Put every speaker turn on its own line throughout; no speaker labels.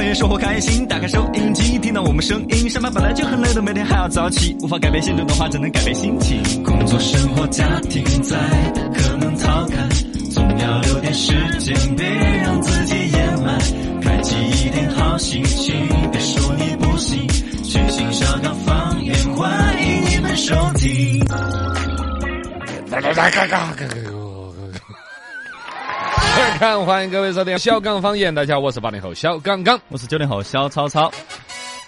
天生活开心，打开收音机，听到我们声音。上班本来就很累的，每天还要早起，无法改变现状的话，只能改变心情。工作、生活、家庭在，可能逃开，总要留点时间，别让自己掩埋。开启一点好心情，别说你不行，全新小岗方言，欢迎你们收听。
看看，欢迎各位收听小岗方言。大家好，我是八零后小刚刚。
我是九零后小草草，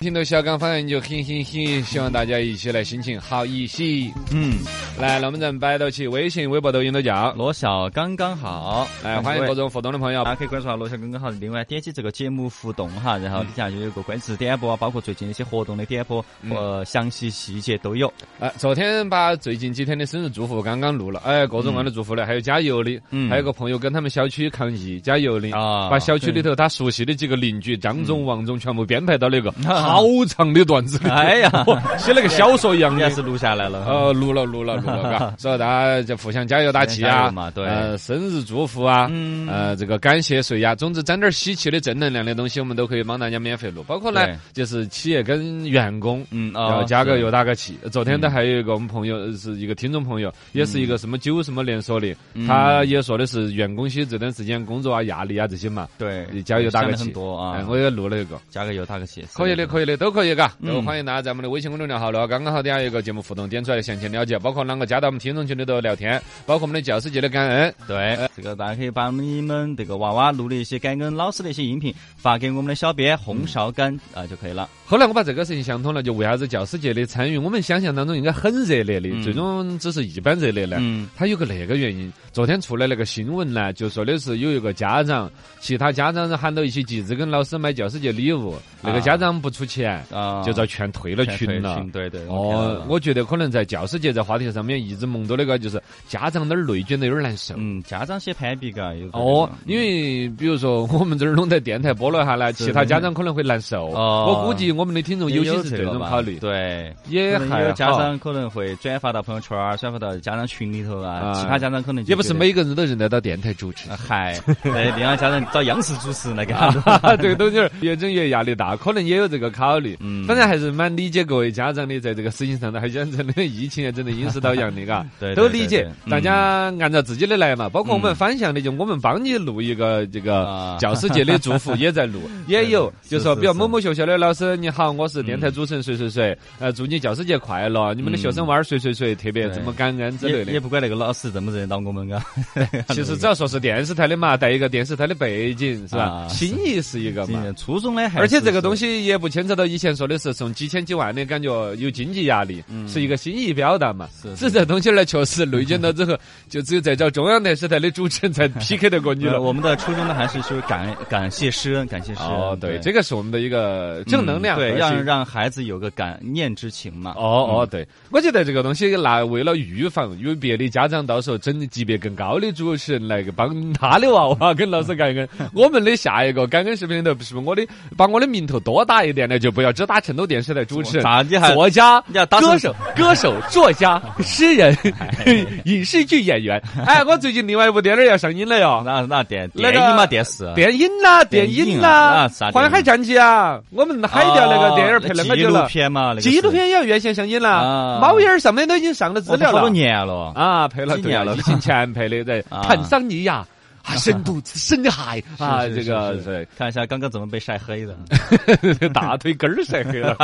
听到小刚方言就嘿嘿嘿，希望大家一起来心情好一些。
嗯，
来，龙门阵摆到起，微信、微博、抖音都叫。
罗小刚刚好，
来，哎欢迎各种互动的朋友
大。家可以关注下罗小刚刚好，另外点击这个节目互动哈，然
嗯
后底下就有个关注点播啊，包括最近一些活动的点播
嗯
和详细细节都 有。
啊，昨天把最近几天的生日祝福刚刚录了，哎，各种各样的祝福了，还有加油的，
嗯
还有个朋友跟他们小区抗疫加油的，
啊嗯
把小区里头他熟悉的几个邻居张总、王总全部编排到那个好长的段子里头，
哎呀
写了个小说一样
应
的
该。是录下来了。
哦，录了录了录了， 嘎，所以大家就互相加油打气
加
啊
油嘛，对
呃，生日祝福啊，
嗯
呃，这个感谢谁呀？总之，整点儿稀奇的正能量的东西，我们都可以帮大家免费录，包括呢
对，
就是企业跟员工，
嗯
然
啊，
后加个
是嗯
油打个气。昨天都还有一个我们朋友呃是一个听众朋友，也是一个什么酒什么连锁的，
嗯
他也说的是员工些这段时间工作啊、压力啊这些嘛，
对，
加油打
想
个
得很
气。
多
哎
啊，，
我也录了一个，
加个油打个气，是
可以的，可以的，都可以，嘎，都
嗯
欢迎大家在我们的微信公众号了，刚刚好底下有一个节目互动，点出来详情了解，包括啷个加到我们听众群里头聊天，包括我们的教师节的感恩，呃
对，这个大家可以把你们这个娃娃录的一些感恩老师的一些音频发给我们的小编洪少刚啊就可以了。
后来我把这个事情想通了，就为啥子教师节的参与，我们想象当中应该很热烈的，
嗯
最终只是一般热烈呢。
嗯
它有个那个原因，昨天出来那个新闻呢，就说的是有一个家长，其他家长喊到一起集资跟老师买教师节礼物，那个家长不出钱，
啊，
就遭劝退了
全
群了。
啊群对对，我看到
哦
了，
我觉得可能在教师节这话题上面一直蒙到那个，就是家长那儿内卷的有点难受。
嗯，家长些攀比嘎，有可能
哦
嗯，
因为比如说我们这儿弄在电台播了一下呢，
是
其他家长可能会难受。
哦
我估计我们的听众
也
有些
有
是
这
这
个
种
吧
考虑，
哦对。
也
可能
还
有家
好
长可能会转发到朋友圈儿，转发到家长群里头啊
啊，
其他家长可能就
也不是
觉得
每个人都认得到电台主持
啊。嗨，对，另外家长找央视主持来给他录。
啊，这个东西儿越整越压力大，可能也有这个考虑。
嗯，
反正还是蛮理解各位家长的，在这个事情上头，还想真的疫情也真的阴湿到阳的，嘎
对对
都理解
对对。嗯
大家按照自己的来嘛，包括我们
嗯
反向的，就我们帮你录一个这个
啊
教师节的祝福，也 在录，也有
是
就说，
是嗯
比如
是
某某学校的老师，你好，我是电台主持人谁谁谁，呃，祝你教师节快乐，你们的学生娃儿谁谁谁特别
嗯对
怎么感恩之类
也也
的。
不管那个老师认不认得到我们嘎，
其实只要说是电视台的嘛，带一个电视台的背景是吧？
啊
心意是一个嘛。
初中的还是，
而且这个东
西
西也不牵扯到以前说的是送几千几万的感觉有经济压力，是一个心意表达嘛。
嗯是
只是这东西儿呢，确实内卷到之后，就只有再找中央电视台的主持人才 PK 得过你了。
我们的初中的还是就是感感谢师恩，感谢师恩。
哦，对，这
个
个是我们的一个正能量，
嗯对，让。嗯让孩子有个感念之情嘛。
哦哦，对，我觉得这个东西拿为了预防，有别的家长到时候整级别更高的主持人来帮他的娃娃跟老师感 恩。我们的下一个感恩视频里头，是不是我的把我的名头多打一点呢？就不要只打成都电视台主持人，
咋你还
作家、
你要哎打
歌
成
手、歌手、作 家、诗人、影视剧演员。哎，我最近另外一部电影要上映了哟，
那那电
那个
电影嘛，电视。
电影啦，电
电
影
影啊
啦，
啊啥
《
电影
环海战记》啊，我们海钓那个电影
哦
儿拍啷个
纪
久
录
了？
片嘛，那个是
纪录片也要院线上映了
啊，
猫眼儿上面都已经上了资
我
料
好多
了。
年了。
啊，拍了
几
对
年
了，
了
疫情前拍的，在
啊
坦桑尼亚。啊，深度深海啊，
是
这
是
个
是
对
是看一下刚刚怎么被晒黑 的。
大腿根儿晒黑 了，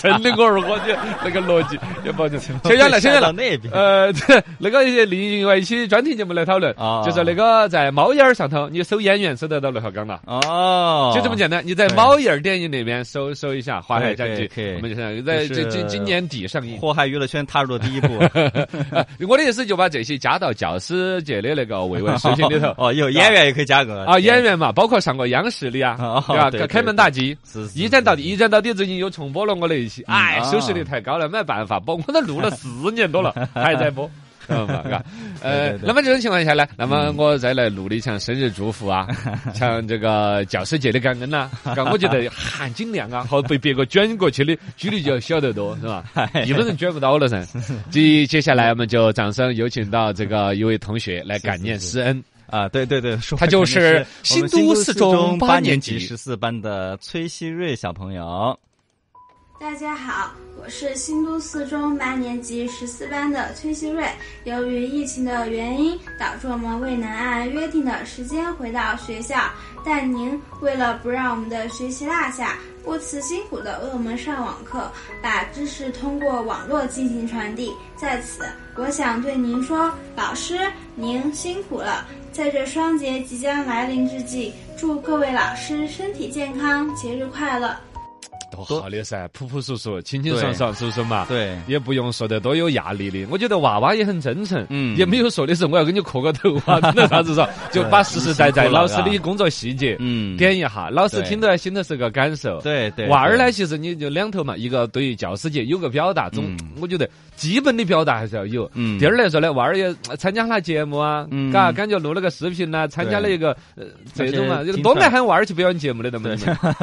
真的我二货去那个逻辑也不行。扯远了，扯
晒
远
到
了。
那边。
呃，这那个也另外一期专题节目来讨论，
啊
就是那个在猫眼儿上头，你搜演员搜得到刘小刚了。
哦，
就这么简单，你在
对
猫眼儿电影里面搜搜一下《花海战
对
记
可以可》，以
我们就上在
就
这
是
今今年底上映。
祸害娱乐圈踏入了第一 步。
我的意思就把这些加到教师节的那个慰问视 频里头
哦，有演员也可以加个
啊，演员嘛，包括上过央视的呀，
哦
啊对吧？
对对
开门大吉。
是
一站到底，一站到底，最近又重播了我那一期，哎，
啊
收视率太高了，没办法播，我都录了四年 多了，还在播。嗯嘛嘎呃
对对，嗯对
那么这种情况下呢，那么我再来录的像生日祝福 啊，像这个教师节的感恩呐，嘎，我觉得含金量 啊，和被别个卷过去的几率就要小得多，是吧？
哎
一般人卷不到了 噻。接接下来我们就掌声有请到这个一位同学来感念师恩。
啊，对对对，说
他就
的
是
是我
新
们
都
四
四中八
八
年
级
级
十四班的崔希瑞小朋友。
大家好，我是新都四中八年级十四班的崔希瑞。由于疫情的原因，导致我们未能按约定的时间回到学校，但您为了不让我们的学习落下，不辞辛苦的为我们上网课，把知识通过网络进行传递。在此，我想对您说，老师您辛苦了。在这双节即将来临之际，祝各位老师身体健康，节日快乐！
多好的噻，朴朴素素、清清爽爽，是不是嘛？
对
也不用说得多有压力的。我觉得娃娃也很真诚，
嗯
也没有说的是我要给你磕个头 啊，真的啥子说，就把实实在在
辛苦了
老师的工作细节，
啊嗯
点一下，老师
对
听到心头是个感受。
对对，
娃儿
对
呢，，其实你就两头嘛，一个对于教师节有个表达，总、
嗯
我觉得基本的表达还是要有。
嗯
第二来说呢，娃儿也呃参加了节目啊，
嗯
嘎、感觉录了个视频呐、参加了一个呃
而
这
且
种啊，
听
多
出
爱
来
喊娃儿去表演节目的，那么
对
你们。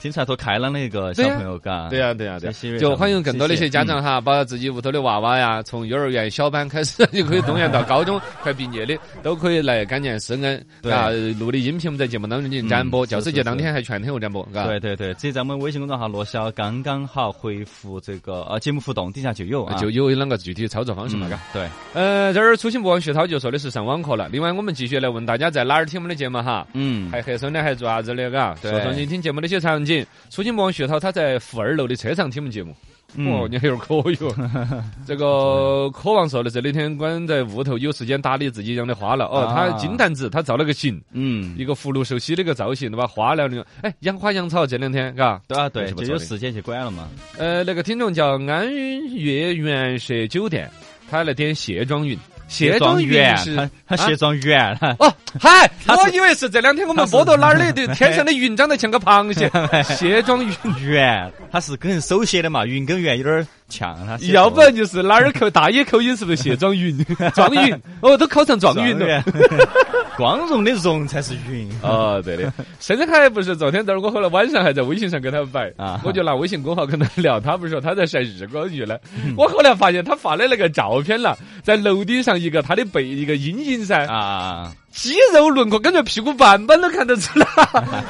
挺出来多开朗的一个小
对呀
朋友，嘎，
对呀、对呀、对呀、
谢谢嗯
就欢迎更多的一些家长哈，把自己屋头的娃娃呀，从幼儿园小班开始就可以动员到高中快毕 业的，都可以来感念师恩。
对
啊，录的音频我们在节目当中进行展播，
嗯
教师
是
节
是
当天还全天有展播，啊嘎。
对对对，直接在我们微信公众号“罗霄”刚刚好回复这个呃节目互动底下就有啊，
就有啷个具体操作方式嘛，
嗯
嘎、
对，
呃，这儿出行不忘学涛就说的是上网课了。另外，我们继续来问大家在哪儿听我们的节目哈？
嗯，
还黑手呢，还做啥子的？嘎，
对
说说你听节目的一些场景。出行不忘学涛他在负二楼的车上听我们节目。哦，
嗯
你还有点可 以哦。这个渴望说的是那天关在屋头，有时间打理自己养的花了。哦，
啊
他金蛋子他造了个型，
嗯，
一个福禄寿喜的一个造型，对吧？花了那个，哎，养花养草这两天，嘎。
对啊对，
是不
就
错
有
的
时间去管了嘛，
呃，那个听众叫安岳园舍酒店，他来点卸妆云，卸妆云
员，
是。
他他
啊
卸妆员，他
哦，嗨，
他是
我以为是这两天我们播到哪儿的，对天上的云长得像个螃 蟹，卸妆云。
圆，他是跟人手写的嘛，云跟圆有点儿像，他写
要
作
不然就是哪儿口大爷口音是不是卸 妆云？状云哦，都考上状
状
云了。
元， 光荣的荣才是云。
哦，对的，甚至还不是昨天，这儿我后来晚上还在微信上跟他摆
啊
我就拿微信公号跟他聊，他不是说他在晒日光浴呢，我后来发现他发的那个照片了，在楼顶上一个他的背一个阴影噻，
啊，
肌肉轮廓感觉屁股板板都看得出来，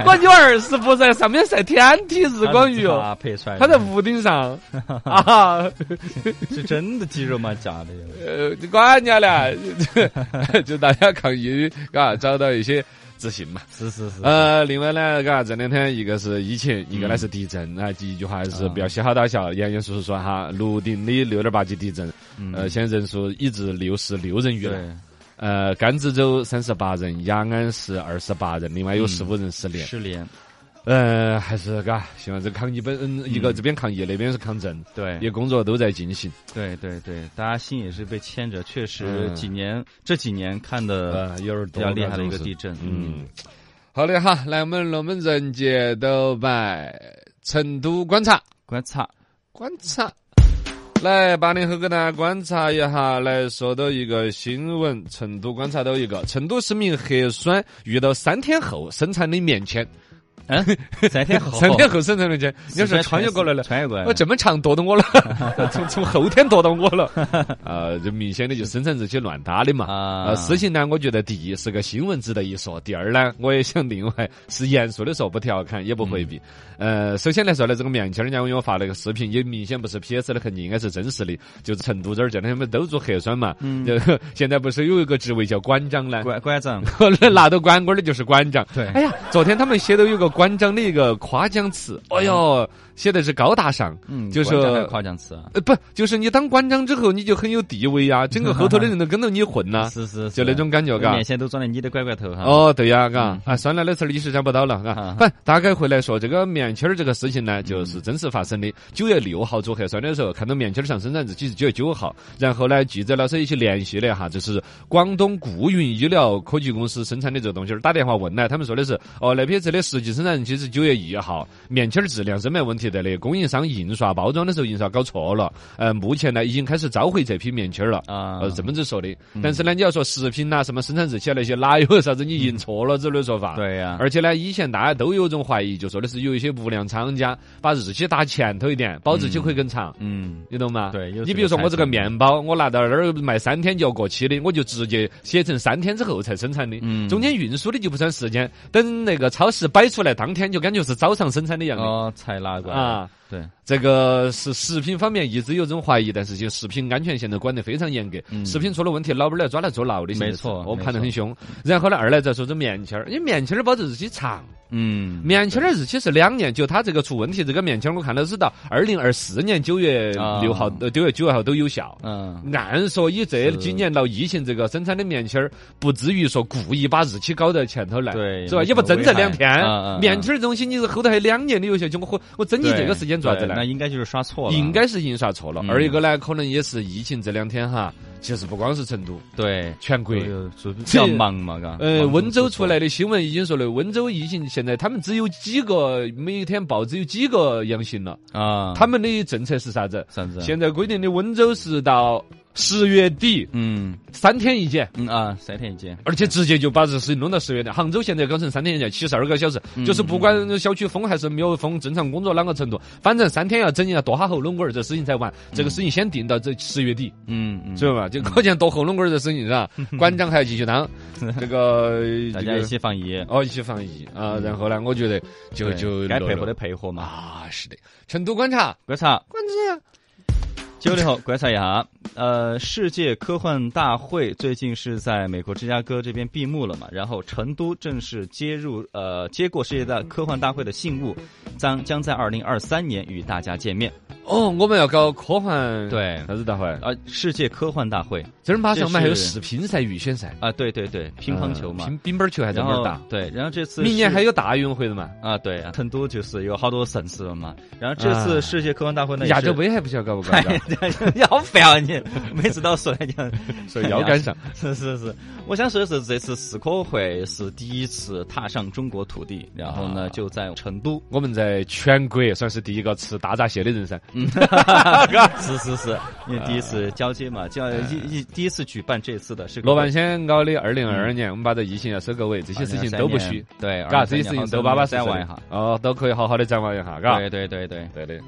我有二十步噻，上面晒天体日光浴 哦。
他拍出来的，
他在屋顶上啊，
是真的肌肉吗？假的呀？
呃，你管人家呢， 就大家抗议，嘎，找到一些自信嘛。
是是是，
呃，另外呢，嘎，这两天一个是疫
嗯
情，一个呢是地震啊，一句话还是
啊
不要嘻哈大笑。严严叔叔说哈，泸定的六点八级地震，
嗯
呃，现在人数已至六十六人遇难。
对，
呃，甘孜州三十八人，雅安市二十八人，另外有
嗯
十五人失联。
失联，
呃，还是嘎，希望这抗疫本嗯一个这边抗疫，那边是抗震，
对，
也工作都在进行。
对对对，大家心也是被牵着，确实
嗯
几年这几年看的
呃，有点
嗯比
多
较厉害的一个
总是
地震，
嗯，好的哈，来我们龙门阵节都摆成都观察。
观 察，
观察。来，八零后给大家观察一下，来说到一个新闻，成都观察到一个成都市民核酸遇到三天后生产的棉签，
嗯，三天后，
三天后生产的棉签，你要哦是穿越过来了。
穿越过来
我
了，
这么长跺到 我了，从从后天跺到我了， 啊、就明显的就生产这些乱搭的嘛。
啊
呃，事情呢，我觉得第一是个新闻值得一说，第二呢，我也想另外是严肃的说，不调侃也不回避。
嗯
呃，首先来说呢，这个棉签儿，人家给我发了个视频，也明显不是 P S 的痕迹，应该是真实的。就是成都这儿这两天不都做核酸嘛，
嗯
就现在不是有一个职位叫馆长呢？
馆馆长，
拿到馆官的就是馆长。
对
哎呀，昨天他们写的有个馆长的一个夸奖词，哎呦，写的是高大上。
嗯，
就是
馆长还有夸奖词啊，
呃，不，就是你当馆长之后，你就很有地位呀、 整个后头的人都跟着你混呐、
是是，
啊就那种感觉，
是，
嘎
面。线都装在你的拐拐头哈，，
哦，对呀，嘎
嗯，
啊，算了，那事儿一时想不到了，
啊
啊，反正大概回来说这个棉签儿这个事情呢，就是真实发生
嗯
的。九月六号做核酸的时候，看到棉签儿上生产日期是九月九号，然后呢，记者老师一起联系了一下，就是广东固云医疗科技公司生产的这个东西儿，打电话问呢，他们说的是，哦，那批次的实际生产然，其实九月一号棉签儿质量是没问题的的，供应商印刷包装的时候印刷搞错了。呃，目前呢已经开始召回这批棉签儿了。
啊
呃，这么子说的，但是呢，你要说食品呐、什么生产日期啊那些，哪有啥子你印错了之类的说法？
对呀
而且呢，以前大家都有种怀疑，就说的是有一些无良厂家把日期打前头一点，保质期会更长。
嗯，
你懂吗？
对有
你
这
比如
个
说
猜
我这个
测
面包，我拿到那儿卖三天就要过期的，我就直接写成三天之后才生产的，
嗯
中间运输的就不算时间。等那个超市摆出来当天，就感觉是早上生产的样子、
哦，才拿过来，
啊。
对，
这个是食品方面一直有这种怀疑，但是就食品安全现在管得非常严格，食品出了问题，老板儿要抓来坐牢的，现
嗯
在
没
是
错
我
没
判得
错
很凶。然后呢，二来再说这棉签儿，因为棉签儿保质日期长，
嗯，
棉签的日期是两年，就它这个出问题，这个棉签儿我看到是到二零二四年九月六号
啊、
呃九月九号都有效。
嗯，
按说以这几年闹疫情这个生产的棉签儿，不至于说故意把日期搞到前头来，
对
是吧？也不挣这两天
没什么危害嗯嗯，嗯
棉签儿这东西你是后头还两年的有效期，我我我争议
对
这个时间做啥子
对那
呢？
应该就是刷错了，
应该是印刷错了。
嗯
二一个呢，可能也是疫情这两天哈，其实不光是成都，
对，
全国。
就就比较忙嘛，嘎。
呃，
忙
温州
出
出来的新闻已经说了，温州疫情现在他们只有几个，每天报只有几个阳性了。
啊，
他们的政策是啥子？
啥子？
现在规定的温州是到十月底
嗯
三天一检，
嗯啊，三天一检，
而且直接就把日事弄到十月底。杭州现在搞成三天一检，七十二个小时，
嗯
就是不管小区封还是没有封，正常工作啷个程度，反正三天要整一下剁下喉咙管儿这事情才完。这个事情先定到这十月底。
嗯嗯，
知道吧？就搞件剁喉咙管儿的事情是吧？馆长还要继 续当，这个
大
这
家
个
一起防疫，
哦，一起防疫啊。然后呢，我觉得就
对
就
该
乐
配合
乐
的配合嘛。
啊，是的。成都观察，
观察
观察
九零后，观察一下，呃，世界科幻大会最近是在美国芝加哥这边闭幕了嘛，然后成都正式接入呃接过世界大科幻大会的信物，将将在二零二三年与大家见面。
哦，我们要搞科幻，
对
啥子大会？
啊，世界科幻大会
这儿马上
这
我们还有
是
世乒赛、预选赛，嗯
啊，对对对，乒乓球嘛
呃乒，乒乓球还在
然
那儿
后
打。
对，然后这次
明年
是
还有大运会的嘛？
啊，对啊，成都就是有好多盛事了嘛。然后这次世界科幻大会呢，
啊
哎
亚 洲杯还不晓得搞不搞？
你好烦啊你，每次都要说来讲，
说要赶上，
是是是，我想说的是，这次世科会是第一次踏上中国土地，然后呢
啊
就在成 都，
我们在全国也算是第一个吃大闸蟹的人噻。
是是是，因为第一次交接嘛，就要一一第一次举办这次的是
啊罗半仙搞的二零二二
嗯
年，我们把这疫情要收个尾，这些事情都不虚，，
对，
嘎，这些事情都巴巴适
再
适
玩一
的
下，，
哦，都可以好好的展望一下，嘎。
对对对对，
对的，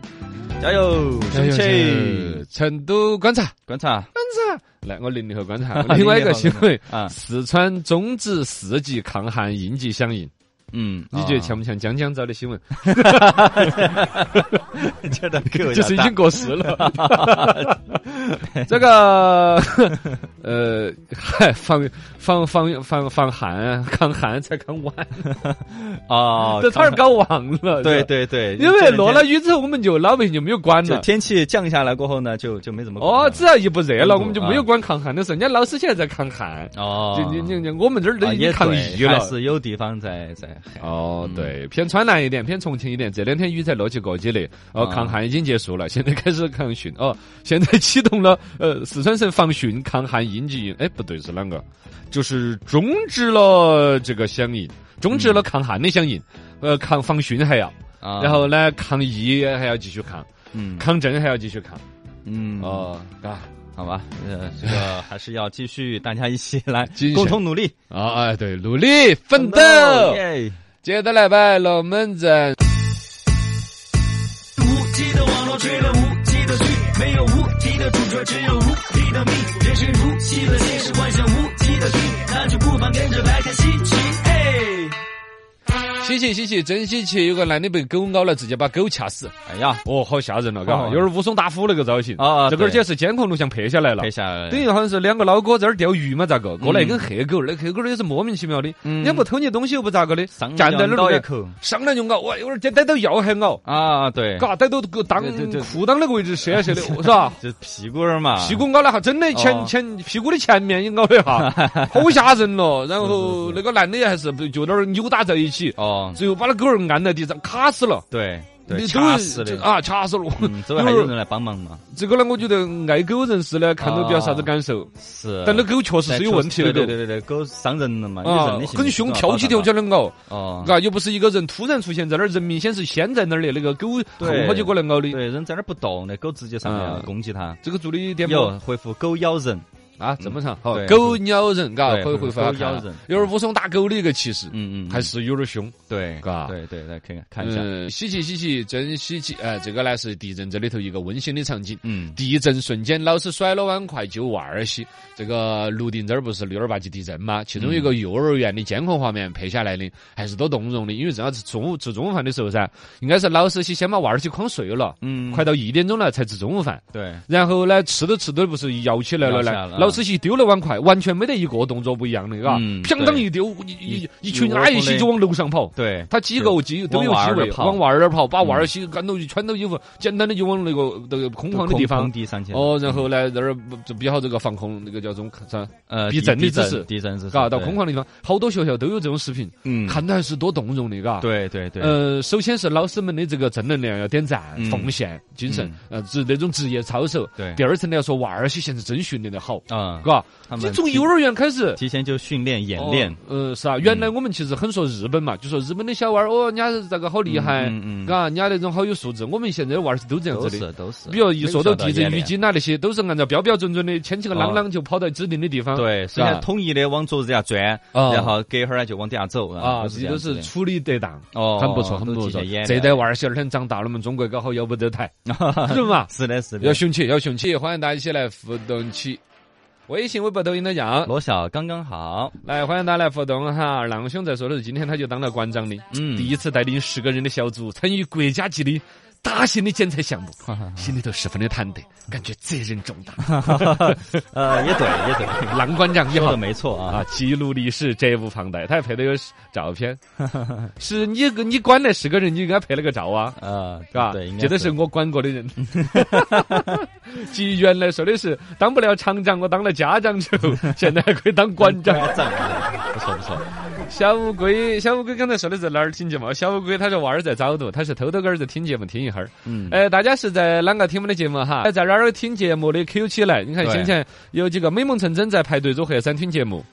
加油，
加油！加
去
油成都观察，
观察
观察。来，我零零后观察。 另外一个新闻，
啊，
四川终止四级抗旱应急响应，
嗯，
你觉得强不强？江江找的新 闻，
不 觉得给我一
就
下
是已
大
经过时了。 这个呃， 嗨，防防防防防旱啊 抗旱才抗完，
哦，
这差点搞忘了。
对
是吧，
对对，
因为落了
雨，
雨之后，我们就老百姓就没有管
就
了。
天气降下来过后呢，就就没怎么
哦，
管
只要一不啊热了，
嗯
我们就没有管抗旱的事。人家老师现在在抗旱。
了哦
就你你你，我们这儿都
啊
已
也
经抗
对
疫了
还。是有地方在在
哦，
嗯
对，偏川南一点，偏重庆一点，这两天雨才落起过几粒。哦，
啊
抗旱已经结束了，现在开始抗汛。哦，现在启动了呃四川省防汛抗旱应急应，哎，不对，是啷个？就是终止了这个响应，终止了抗旱的响应。呃，抗防汛还要，
啊，
然后呢，抗疫还要继续抗，
嗯
抗震还要继续抗。
嗯哦，
哦，啊
好吧，呃，这个还是要继续大家一起来
继续
共同努力
啊，哎，对，努力奋斗。
耶
接着来摆龙门阵。
无极的网络追了无极的剧，没有无敌的主角，只有无敌的命。人生如戏的现实，幻想无极的剧，那就不妨跟着来看稀奇。哎，
稀奇稀奇，真稀奇！有个男的被狗咬了，直接把狗掐死。
哎呀，
哦，好吓人了，嘎，
哦
有点武松打虎那个造型
啊啊
这个而
对
且是监控录像拍下来了
拍。下来
等于好像是两个老哥在那儿钓鱼嘛，咋个？过来一根黑狗，那黑狗也是莫名其妙的，人家不偷你东西又不咋个的，
嗯上
站在那
咬一
儿
口
上来就咬，哎哇，有点逮逮到药还咬，
啊，对，
嘎，逮到个裆
对对对
裤裆那个位置射 啊射的，是吧？
就屁股儿 嘛，
屁股咬了一下，真的前
哦
前屁股的前面也咬了 一下，好吓人咯。然后那个男的还是就那儿扭打在一起，
哦，
最后把那狗儿按在地上卡死了。
对，
你
对
都
掐死
这
的
啊，掐死了。
嗯，周围还有人来帮忙嘛？
这个呢，我觉得爱狗人士呢，看到不要啥子感受，
是，
但那狗确实
但
是有问题的，
哦对对对对，狗伤人了嘛，有
啊
人的，性
很
格
凶，
啊
挑起条。
包
脚
含
的咬，
到哦，
啊，又不是一个人突然出现在那儿，人明显是先在那儿的，那个狗后
对
好几个来咬的，
对，人在那儿不动，那狗直接上来
嗯
要攻击它。
这个做的一点不
有回复狗咬人，
啊，这么长，好，
对
狗咬人，嘎，
对
可以回复下
狗咬人
有点武松打狗的一个气势，
嗯嗯，
还是有点凶，
对，
嘎
对对，来看看看一下，
嗯，稀奇稀奇，真稀奇，哎，这个呢是地震这里头一个温馨的场景。
嗯，
地震瞬间，老师甩了碗筷救娃儿些。这个泸定这儿不是六儿八级地震吗？其中一
嗯
个幼儿园的监控画面拍下来的，还是多动容的。因为正好是中午吃中午饭的时候噻，应该是老师些先把娃儿些诓睡了，
嗯
快到一点钟了才吃中午饭。
对，
然后呢，吃都吃都不是摇起来了
摇起来了
呢，
啊
老师一丢了碗筷，完全没得一个动作不一样的，嘎、
嗯
相当
对
一丢，一一一群
一窝
阿姨
蜂
些
的
就往楼上跑。
对，
他几个几都有
往娃
机
儿那
会
儿跑嗯
往娃儿那儿跑，把娃儿些赶到穿到衣服，简单的就往那个那个空旷的地
空
方。
地上去，
哦，然后呢，这儿不就比好这个防空那个叫这种啥，
呃，
避
地
震的
地
姿势
震，地震是，
嘎，到空
旷，
旷的地方，好多学校都有这种视频，
嗯，
看的还是多动容的，嘎。。
对对对，
呃，首先是老师们的这个正能量要点赞，
嗯
奉献精神
嗯，
呃，职那种职业操守。
对
第二层呢，要说娃儿些现在真训练的好，
啊，
嘎，
他
就
们
从
提
幼儿园开始。
提前就训练演练，嗯
哦呃，是啊，原来我们其实很说日本嘛，就说日本的小娃儿，哦，人家这个好厉害，
嗯嗯嗯
嘎，人家那种好有素质。我们现在的娃儿是都这样
都
子的，
是都是，
比如一说到
没有
地震、
演
淤
练，
积啊那些，都是按照标标准准的，牵起个啷啷就跑到指定的地方。
哦对，
是
是
吧？
统一的往桌子底下钻，
啊
然后隔一会儿呢就往底下走
啊，
是
这
这
都
样子
是
的
处理得当，
哦，
很不错，很
都
不
提
错
前演。
这代
练
娃儿小等长大了，我们中国搞好要不 得台，是嘛？
是的，是的，
要雄起，要雄起！欢迎大家一起来互动起，微信、微博、抖音都一样。
罗小刚刚 好，
来，欢迎大家来互动哈！郎兄在说的是，今天他就当了馆长的，
嗯
第一次带领十个人的小组参与国家级的大型的剪裁项目，
哦
心里头十分的忐忑，感觉责任重大。
呃，也对，也对，
郎馆长你
说
好
的。没错啊
啊，，记录历史，责无旁贷。他还拍了个照 片，是你个你管那十个人，你应该拍了个照啊，
呃，
是吧？
对，应该
这都是我管过的人。 其原来说的是当不了厂长，我当了家长之 后，现在还可以当馆长。
赞 不错不错，
小乌龟，小乌龟刚才说的是哪儿听节目？小乌龟他说娃儿在早读，他是偷偷个儿在听节目听一会儿。
嗯，
哎，大家是在啷个听我们的节目哈？哎在哪儿听节目的 Q 起来？你看
对
先前有几个美梦成真在排队做核酸听节目，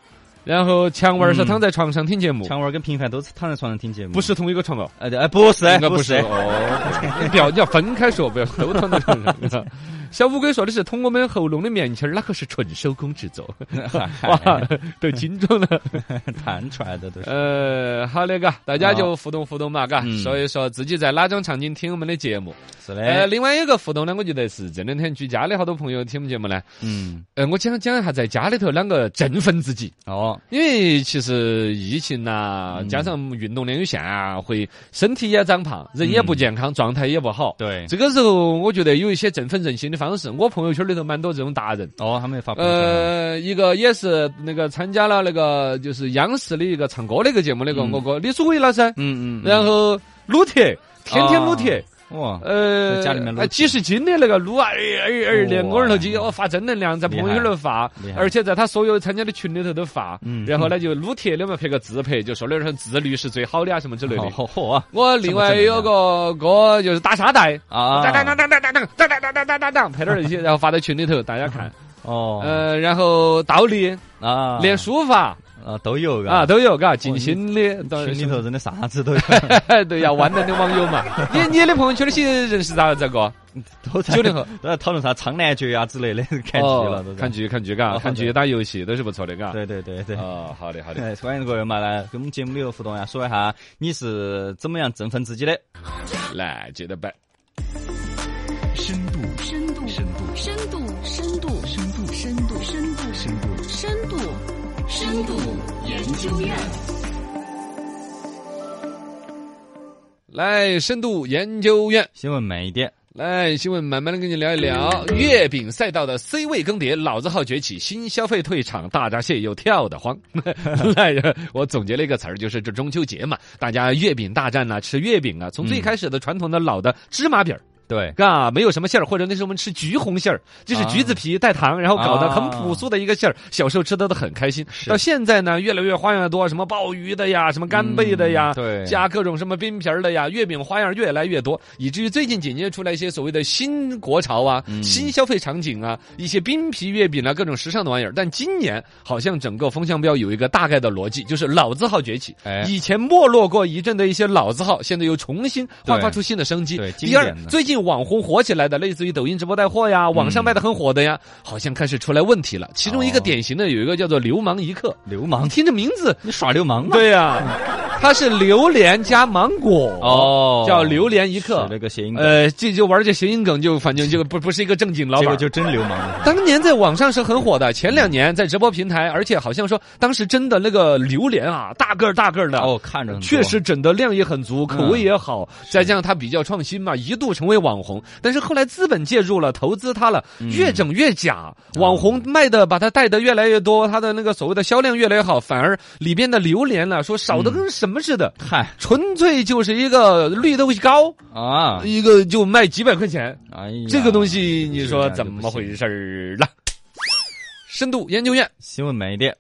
然后强娃儿是
嗯
躺在床上听节目，
强娃儿跟平凡都是躺在床上听节目，
不是同一个床哦。
呃，哎，不是，
应该不
不
是哦，你不要你要分开说，不要都躺在床上。 小乌龟说的是通我们喉咙的棉签儿，那可是纯手工制 作，哇，都精准了。
弹出来的都是。
呃，好的，嘎，大家就互动互动嘛，嘎，
嗯
说一说自己在哪种场景听我们的节目。
是
呃，
的，
另外一个互动呢，我觉得是这两天居家的好多朋友听我们节目呢。
嗯，
呃，我讲讲一下在家里头啷个振奋自己，
哦，
因为其实疫情呐、
嗯
加上运动量有限啊，会身体也长胖，
嗯
人也不健康，状态也不好。
对，
这个时候，我觉得有一些振奋人心的方式。我朋友圈里头蛮多这种达人，
哦，他们也发朋友圈了，
呃，一个也是那个参加了那个就是央视的一个唱歌的一个节目，那个
嗯
我哥李书伟老师，
嗯嗯，啊
然后撸铁，天天撸铁，
哇，
呃，
在家里面撸铁
哎几十斤的那个撸啊，哎哎哎，连
哇
我二头肌，我发正能量，在朋
厉害
友圈里发
厉，害
而且在他所有参加的群里头都发
嗯，
然后呢就撸铁的嘛，拍个自拍，就说了点自律是最好的啊什么之类的。
好火啊！
我另外有个哥就是打沙袋。
啊，
当当当当当当当当当当当当当，拍点儿这些，然后发到群里头，大家看。
哦，
呃，然后倒立、
啊，
练书法
啊都有
啊，
啊，
都有，嘎，静心的，当
群
然
里
是
头真的啥子 都有，
对呀，万能的网友嘛。你你的朋友圈那些人是咋咋个？
都在
九零后
都在讨论啥《苍兰诀》啊 之类的，看剧了，都
哦
在
看。剧看剧，嘎，
哦好
看剧
的
打游戏都是不错的，嘎。
对对对对。
哦，好的好的。
哎欢迎各位嘛，来跟我们节目里头互动呀，说一下你是怎么样振奋自己的？
来，接着摆。
深度，
深度，
深度，
深度，深度，
深度，
深度，深度，
深度，
深度，深度研究院。
来，深度研究院，
新闻慢一点，
来新闻慢慢的跟你聊一聊。
嗯
月饼赛道的 C 位更迭，老字号崛起，新消费退场，大闸蟹又跳得慌。 来，我总结了一个词儿，就是
嗯
这中秋节嘛，大家月饼大战呐、吃月饼啊，从最开始的传统的老的芝麻饼儿对，啊，没有什么馅儿，或者那时候我们吃橘红馅儿，就是
啊
橘子皮带糖，然后搞得很朴素的一个馅儿。小时候吃的都很开心，到现在呢，越来越花样多，什么鲍鱼的呀，什么干贝的呀，
嗯对
加各种什么冰皮儿的呀，月饼花样越来越多，以至于最近几年出来一些所谓的新国潮啊、
嗯
新消费场景啊，一些冰皮月饼啊，各种时尚的玩意儿。但今年好像整个风向标有一个大概的逻辑，就是老字号崛起。
哎
以前没落过一阵的一些老字号，现在又重新焕发
对
出新的生机。
对经
第二
典，的
最近网红火起来的，类似于抖音直播带货呀，网上卖的很火的呀，好像开始出来问题了。其中一个
哦
典型的有一个叫做“流氓一刻”，
流氓
你，听这名字，
你耍流氓吗？
对呀、 它是榴莲加芒果
哦
叫榴莲一刻
使。了个谐音梗，
呃，这就玩这谐音梗，就反正就不不是一个正经老
结
板
果。就真流氓了。
当年在网上是很火的，前两年在直播平台，而且好像说当时真的那个榴莲啊，大个儿大个儿的，
哦，看着很多嗯
确实整的量也很足，口味也好，再加上它比较创新嘛，一度成为网红。但是后来资本介入了，投资它了，
嗯
越整越
啊
假，网红卖的把它带的越来越多，它的那个所谓的销量越来越好，反而里边的榴莲了，说少
嗯
的跟什么似的，
嗨
纯粹就是一个绿豆糕，
啊，
一个就卖几百块钱，
哎呀，
这个东西你
这
说
样就
怎
不行
么回事儿了？深度研究院。
新闻没的，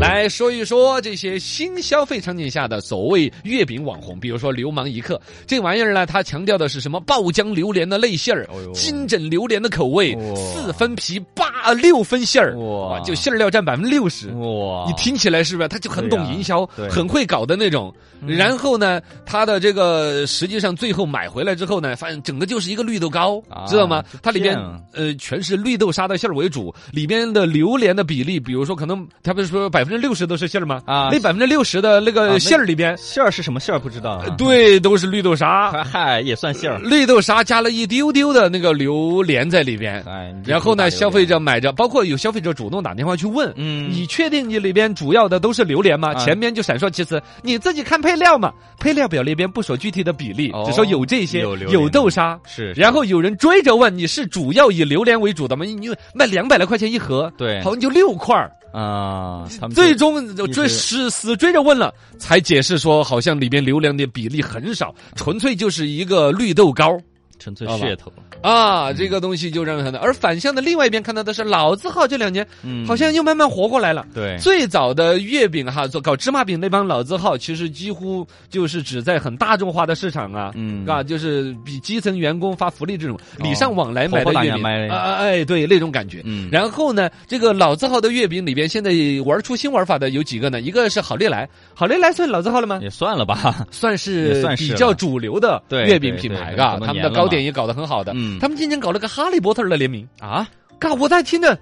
来说一说这些新消费场景下的所谓月饼网红，比如说“流氓一刻”这玩意儿呢，它强调的是什么爆浆榴莲的内馅儿
哦呦、
金枕榴莲的口味
哇、
四分皮八六分馅儿，
哇
哇，就馅儿料占百分之六十。
哇，
你听起来是不是？他就很懂营销，
啊对呀对嗯
很会搞的那种。然后呢，他的这个实际上最后买回来之后呢，发现整个就是一个绿豆糕，
啊
知道吗
就？
它里边
这样
呃全是绿豆沙的馅儿为主，里边的榴莲的比例，比如说可能他不是说百分之六十都是馅儿吗？
啊
那百分之六十的那
啊那
个馅儿里边，
馅儿是什么馅儿不知道啊？啊
对，呃都是绿豆沙，
嗨，嗨，也算馅儿。
绿豆沙加了一丢丢的那个榴莲在里边。
哎，你这
呃嗯然后
主打
呢，
榴
消费
莲
者买着，包括有消费者主动打电话去问，
嗯
你确定你里边主要的都是榴莲吗？
嗯
前面就闪烁其词，你自己看配料嘛，配料表里边不说具体的比例，
哦
只说有这些，
有榴莲
有豆沙。
是，
然后有人追着问，你是主要以榴莲为主的吗？你你卖两百来块钱一盒，
对
好像就六块儿
啊，他们
最
就
终追
一直
死死追着问了，才解释说好像里边榴莲的比例很少，纯粹就是一个绿豆糕。
纯粹
好吧
噱头，
啊，这个东西就让人很而反向的另外一边看到的是老字号这两年
嗯
好像又慢慢活过来了。
对
最早的月饼哈，做搞芝麻饼那帮老字号，其实几乎就是只在很大众化的市场啊，
嗯哦
啊，就是比基层员工发福利这种礼尚往来
头
买的
破大
月
洋
饼，
卖
啊啊哎，对那种感觉。
嗯
然后呢，这个老字号的月饼里边，现在玩出新玩法的有几个呢？一个是好利来，好利来算老字号了吗？
也算了吧，
算
也
是
算是
比
了
较主流的
对
月饼
对
品
对
牌，
很
嘎，
多
他们
年
的
了
糕
嘛
点也搞得很好的
嗯。
他们今年搞了个哈利波特的联名
啊，哎
嘎，我在听着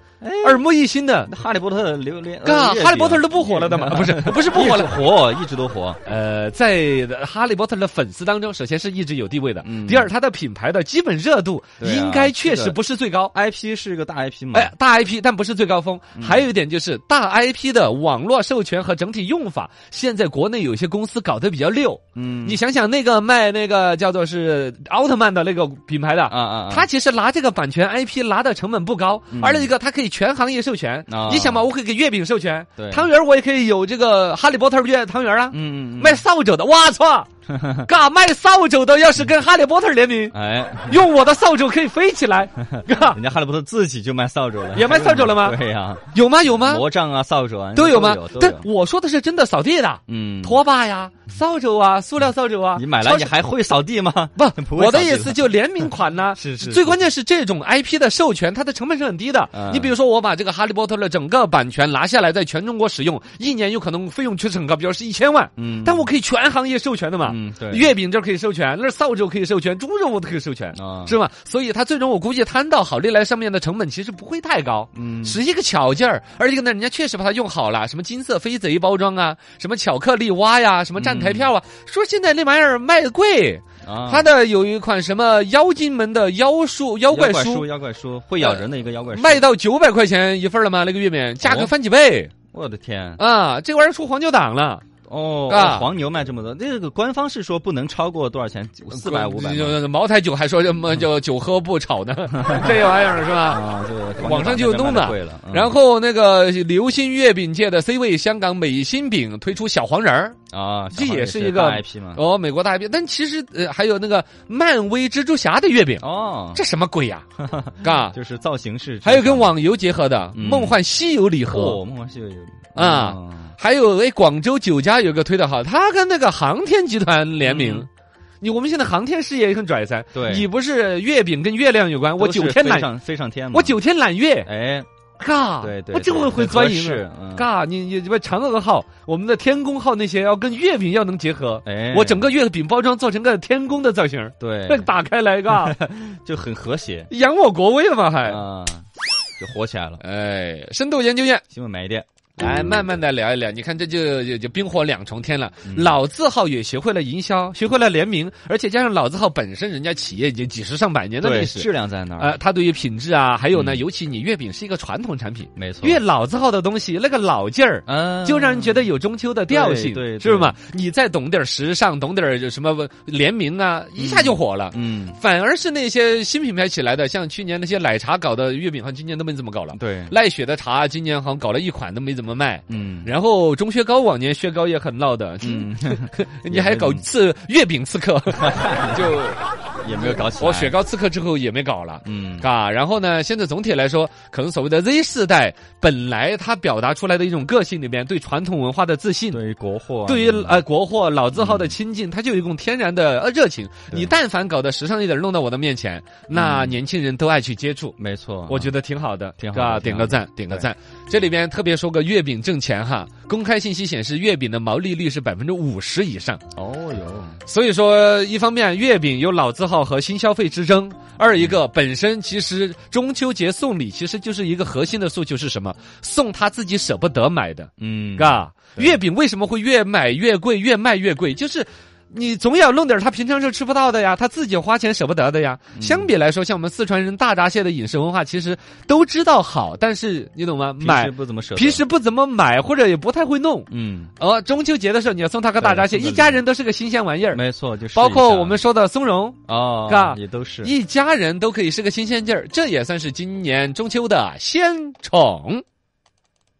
耳目一新的
那，哈利波特榴莲，呃
嘎，
月
哈利
饼
波特都不火了的嘛，啊不是 不是不火
一直
了。
火一直都火，
呃，在哈利波特的粉丝当中，首先是一直有地位的，
嗯
第二，它的品牌的基本热度
对啊
应该确
这
实
个
不是最高。
IP 是个大 IP 嘛？
哎，大 IP，但不是最高峰。
嗯
还有一点就是，大 IP 的网络授权和整体用法，现在国内有些公司搞得比较溜。
嗯，
你想想，那个卖那个叫做是奥特曼的那个品牌的
啊啊啊
他其实拿这个版权 IP 拿的成本不高，而另一个它可以全行业授权。
啊
你想嘛，我可以给月饼授权
对，
汤圆儿我也可以有这个哈利波特月汤圆儿啊。
嗯嗯，嗯
卖扫帚的，我 操！嘎，卖扫帚的要是跟哈利波特 联名，
哎，
用我的扫帚可以飞起来，嘎
人，家哈利波特自己就卖扫帚了，
也卖扫帚了吗
对呀，
有吗？有吗？
魔杖啊，扫帚啊，
都有
有
吗？
都
但
有
我说的是真的扫地的，
嗯，
拖把呀、扫帚啊、塑料扫帚啊，
你买
超
了
市
你还会扫地吗？
不，
会
我的
扫地
意
了
思就联名款呢、
是是
最关键是这种 IP 的授权，它的成本是很低的。
嗯
你比如说，我把这个《哈利波特》的整个版权拿下来，在全中国使用，一年有可能费用确实很高，比如是一千万。
嗯
但我可以全行业授权的嘛。
嗯对
月饼这儿可以授权，那儿扫帚可以授权，猪肉我都可以授权，
啊
是吧？所以它最终我估计摊到好利来上面的成本其实不会太高。
嗯
是一个巧劲儿，而一个呢，人家确实把它用好了，什么金色飞贼包装啊，什么巧克力蛙呀，什么站台票啊，
嗯
说现在那玩意儿卖得贵，
啊，
它的有一款什么妖精门的妖术妖
妖
怪
书，
书，
妖怪书会咬人的一个妖怪书，
卖到九百块钱一份了吗？那个月饼价格
哦嗯
翻几倍
我的天，
啊！这玩意儿出黄牛党了。
哦，
啊
黄牛卖这么多，这个官方是说不能超过多少钱？四百五百
就茅台酒还说什么叫酒喝不 炒呢，这玩意儿是吧？
啊，这个黄牛
呃网上就有
把这边
弄
卖得
的
贵了，嗯
然后那个流心月饼界的 C 位，香港美心饼推出小黄人儿，
啊，
这
小黄
也
也
是一个
大 IP 嘛，
哦，美国大 IP，但其实呃还有那个漫威蜘蛛侠的月饼，
哦，
这什么 鬼呀？嘎，
就是造型是，
还有跟网游结合的《梦幻西游》礼
嗯哦，
盒，
梦幻西游有
啊
哦
还有哎，广州酒家有个推的好，他跟那个航天集团联名
嗯。
你我们现在航天事业也很拽噻，
对
你不是月饼跟月亮有关，我
都是
九天
飞
揽，
上飞上天嘛，
我九天揽月，
哎，
嘎，
对对，
我这
对
个会
很
钻
合
营
适
啊，
嗯
嘎，你你什么嫦娥号，我们的天宫号那些要跟月饼要能结合，
哎，
我整个月饼包装做成个天宫的造型儿，
对
这个打开来，嘎，
就很和谐
扬我国威嘛还，
啊，就火起来了。
哎，深度研究院。
新闻买一点，
来，慢慢的聊一聊，你看这就就就冰火两重天了。
嗯
老字号也学会了营销，学会了联名，而且加上老字号本身人家企业已经几十上百年的历
对，
史，
质量在那儿，
呃，它对于品质啊，还有呢，
嗯
尤其你月饼是一个传统产品，
没错，
越老字号的东西，那个老劲儿。
嗯，
就让人觉得有中秋的调性，
对对
是不是嘛？你再懂点儿时尚，懂点儿什么联名啊，一下就火了。
嗯，
反而是那些新品牌起来的，像去年那些奶茶搞的月饼，好像今年都没怎么搞了。
对，
赖雪的茶今年好像搞了一款都没怎么卖。
嗯，
然后钟薛高往年薛高也很闹的，
嗯，
你还搞刺月饼刺客，就
也没有搞起来，
我雪糕刺客之后也没搞了。
嗯，
啊，然后呢？现在总体来说，可能所谓的 Z 世代，本来它表达出来的一种个性里面，对传统文化的自信，
对于国货啊，
对于呃国货老字号的亲近，它就有一种天然的呃热情。
对嗯
你但凡搞得时尚一点，弄到我的面前，那年轻人都爱去接触。
没错，
我觉得挺好的，
啊挺好的
啊
挺
点
好
个
的
赞，点个
对
赞。这里边特别说个月饼挣钱哈，公开信息显示月饼的毛利率是百分之五十以上。
哦哟，
所以说，一方面月饼有老字号和新消费之争，二一
嗯
个本身其实中秋节送礼其实就是一个核心的诉求是什么？送他自己舍不得买的，
嗯，
嘎。
对
月饼为什么会越买越贵，越卖越贵？就是。你总要弄点儿他平常时候吃不到的呀，他自己花钱舍不得的呀。
嗯
相比来说，像我们四川人大闸蟹的饮食文化，其实都知道好，但是你懂吗？
平时
买
不怎么舍得，
平时不怎么买，或者也不太会弄。
嗯，
呃，中秋节的时候你要送他个大闸蟹，
对
一家人都是个新鲜玩意儿。
没错，就是
包括我们说的松茸，
哦，
嘎
也都是
一家人都可以是个新鲜劲儿，这也算是今年中秋的鲜宠。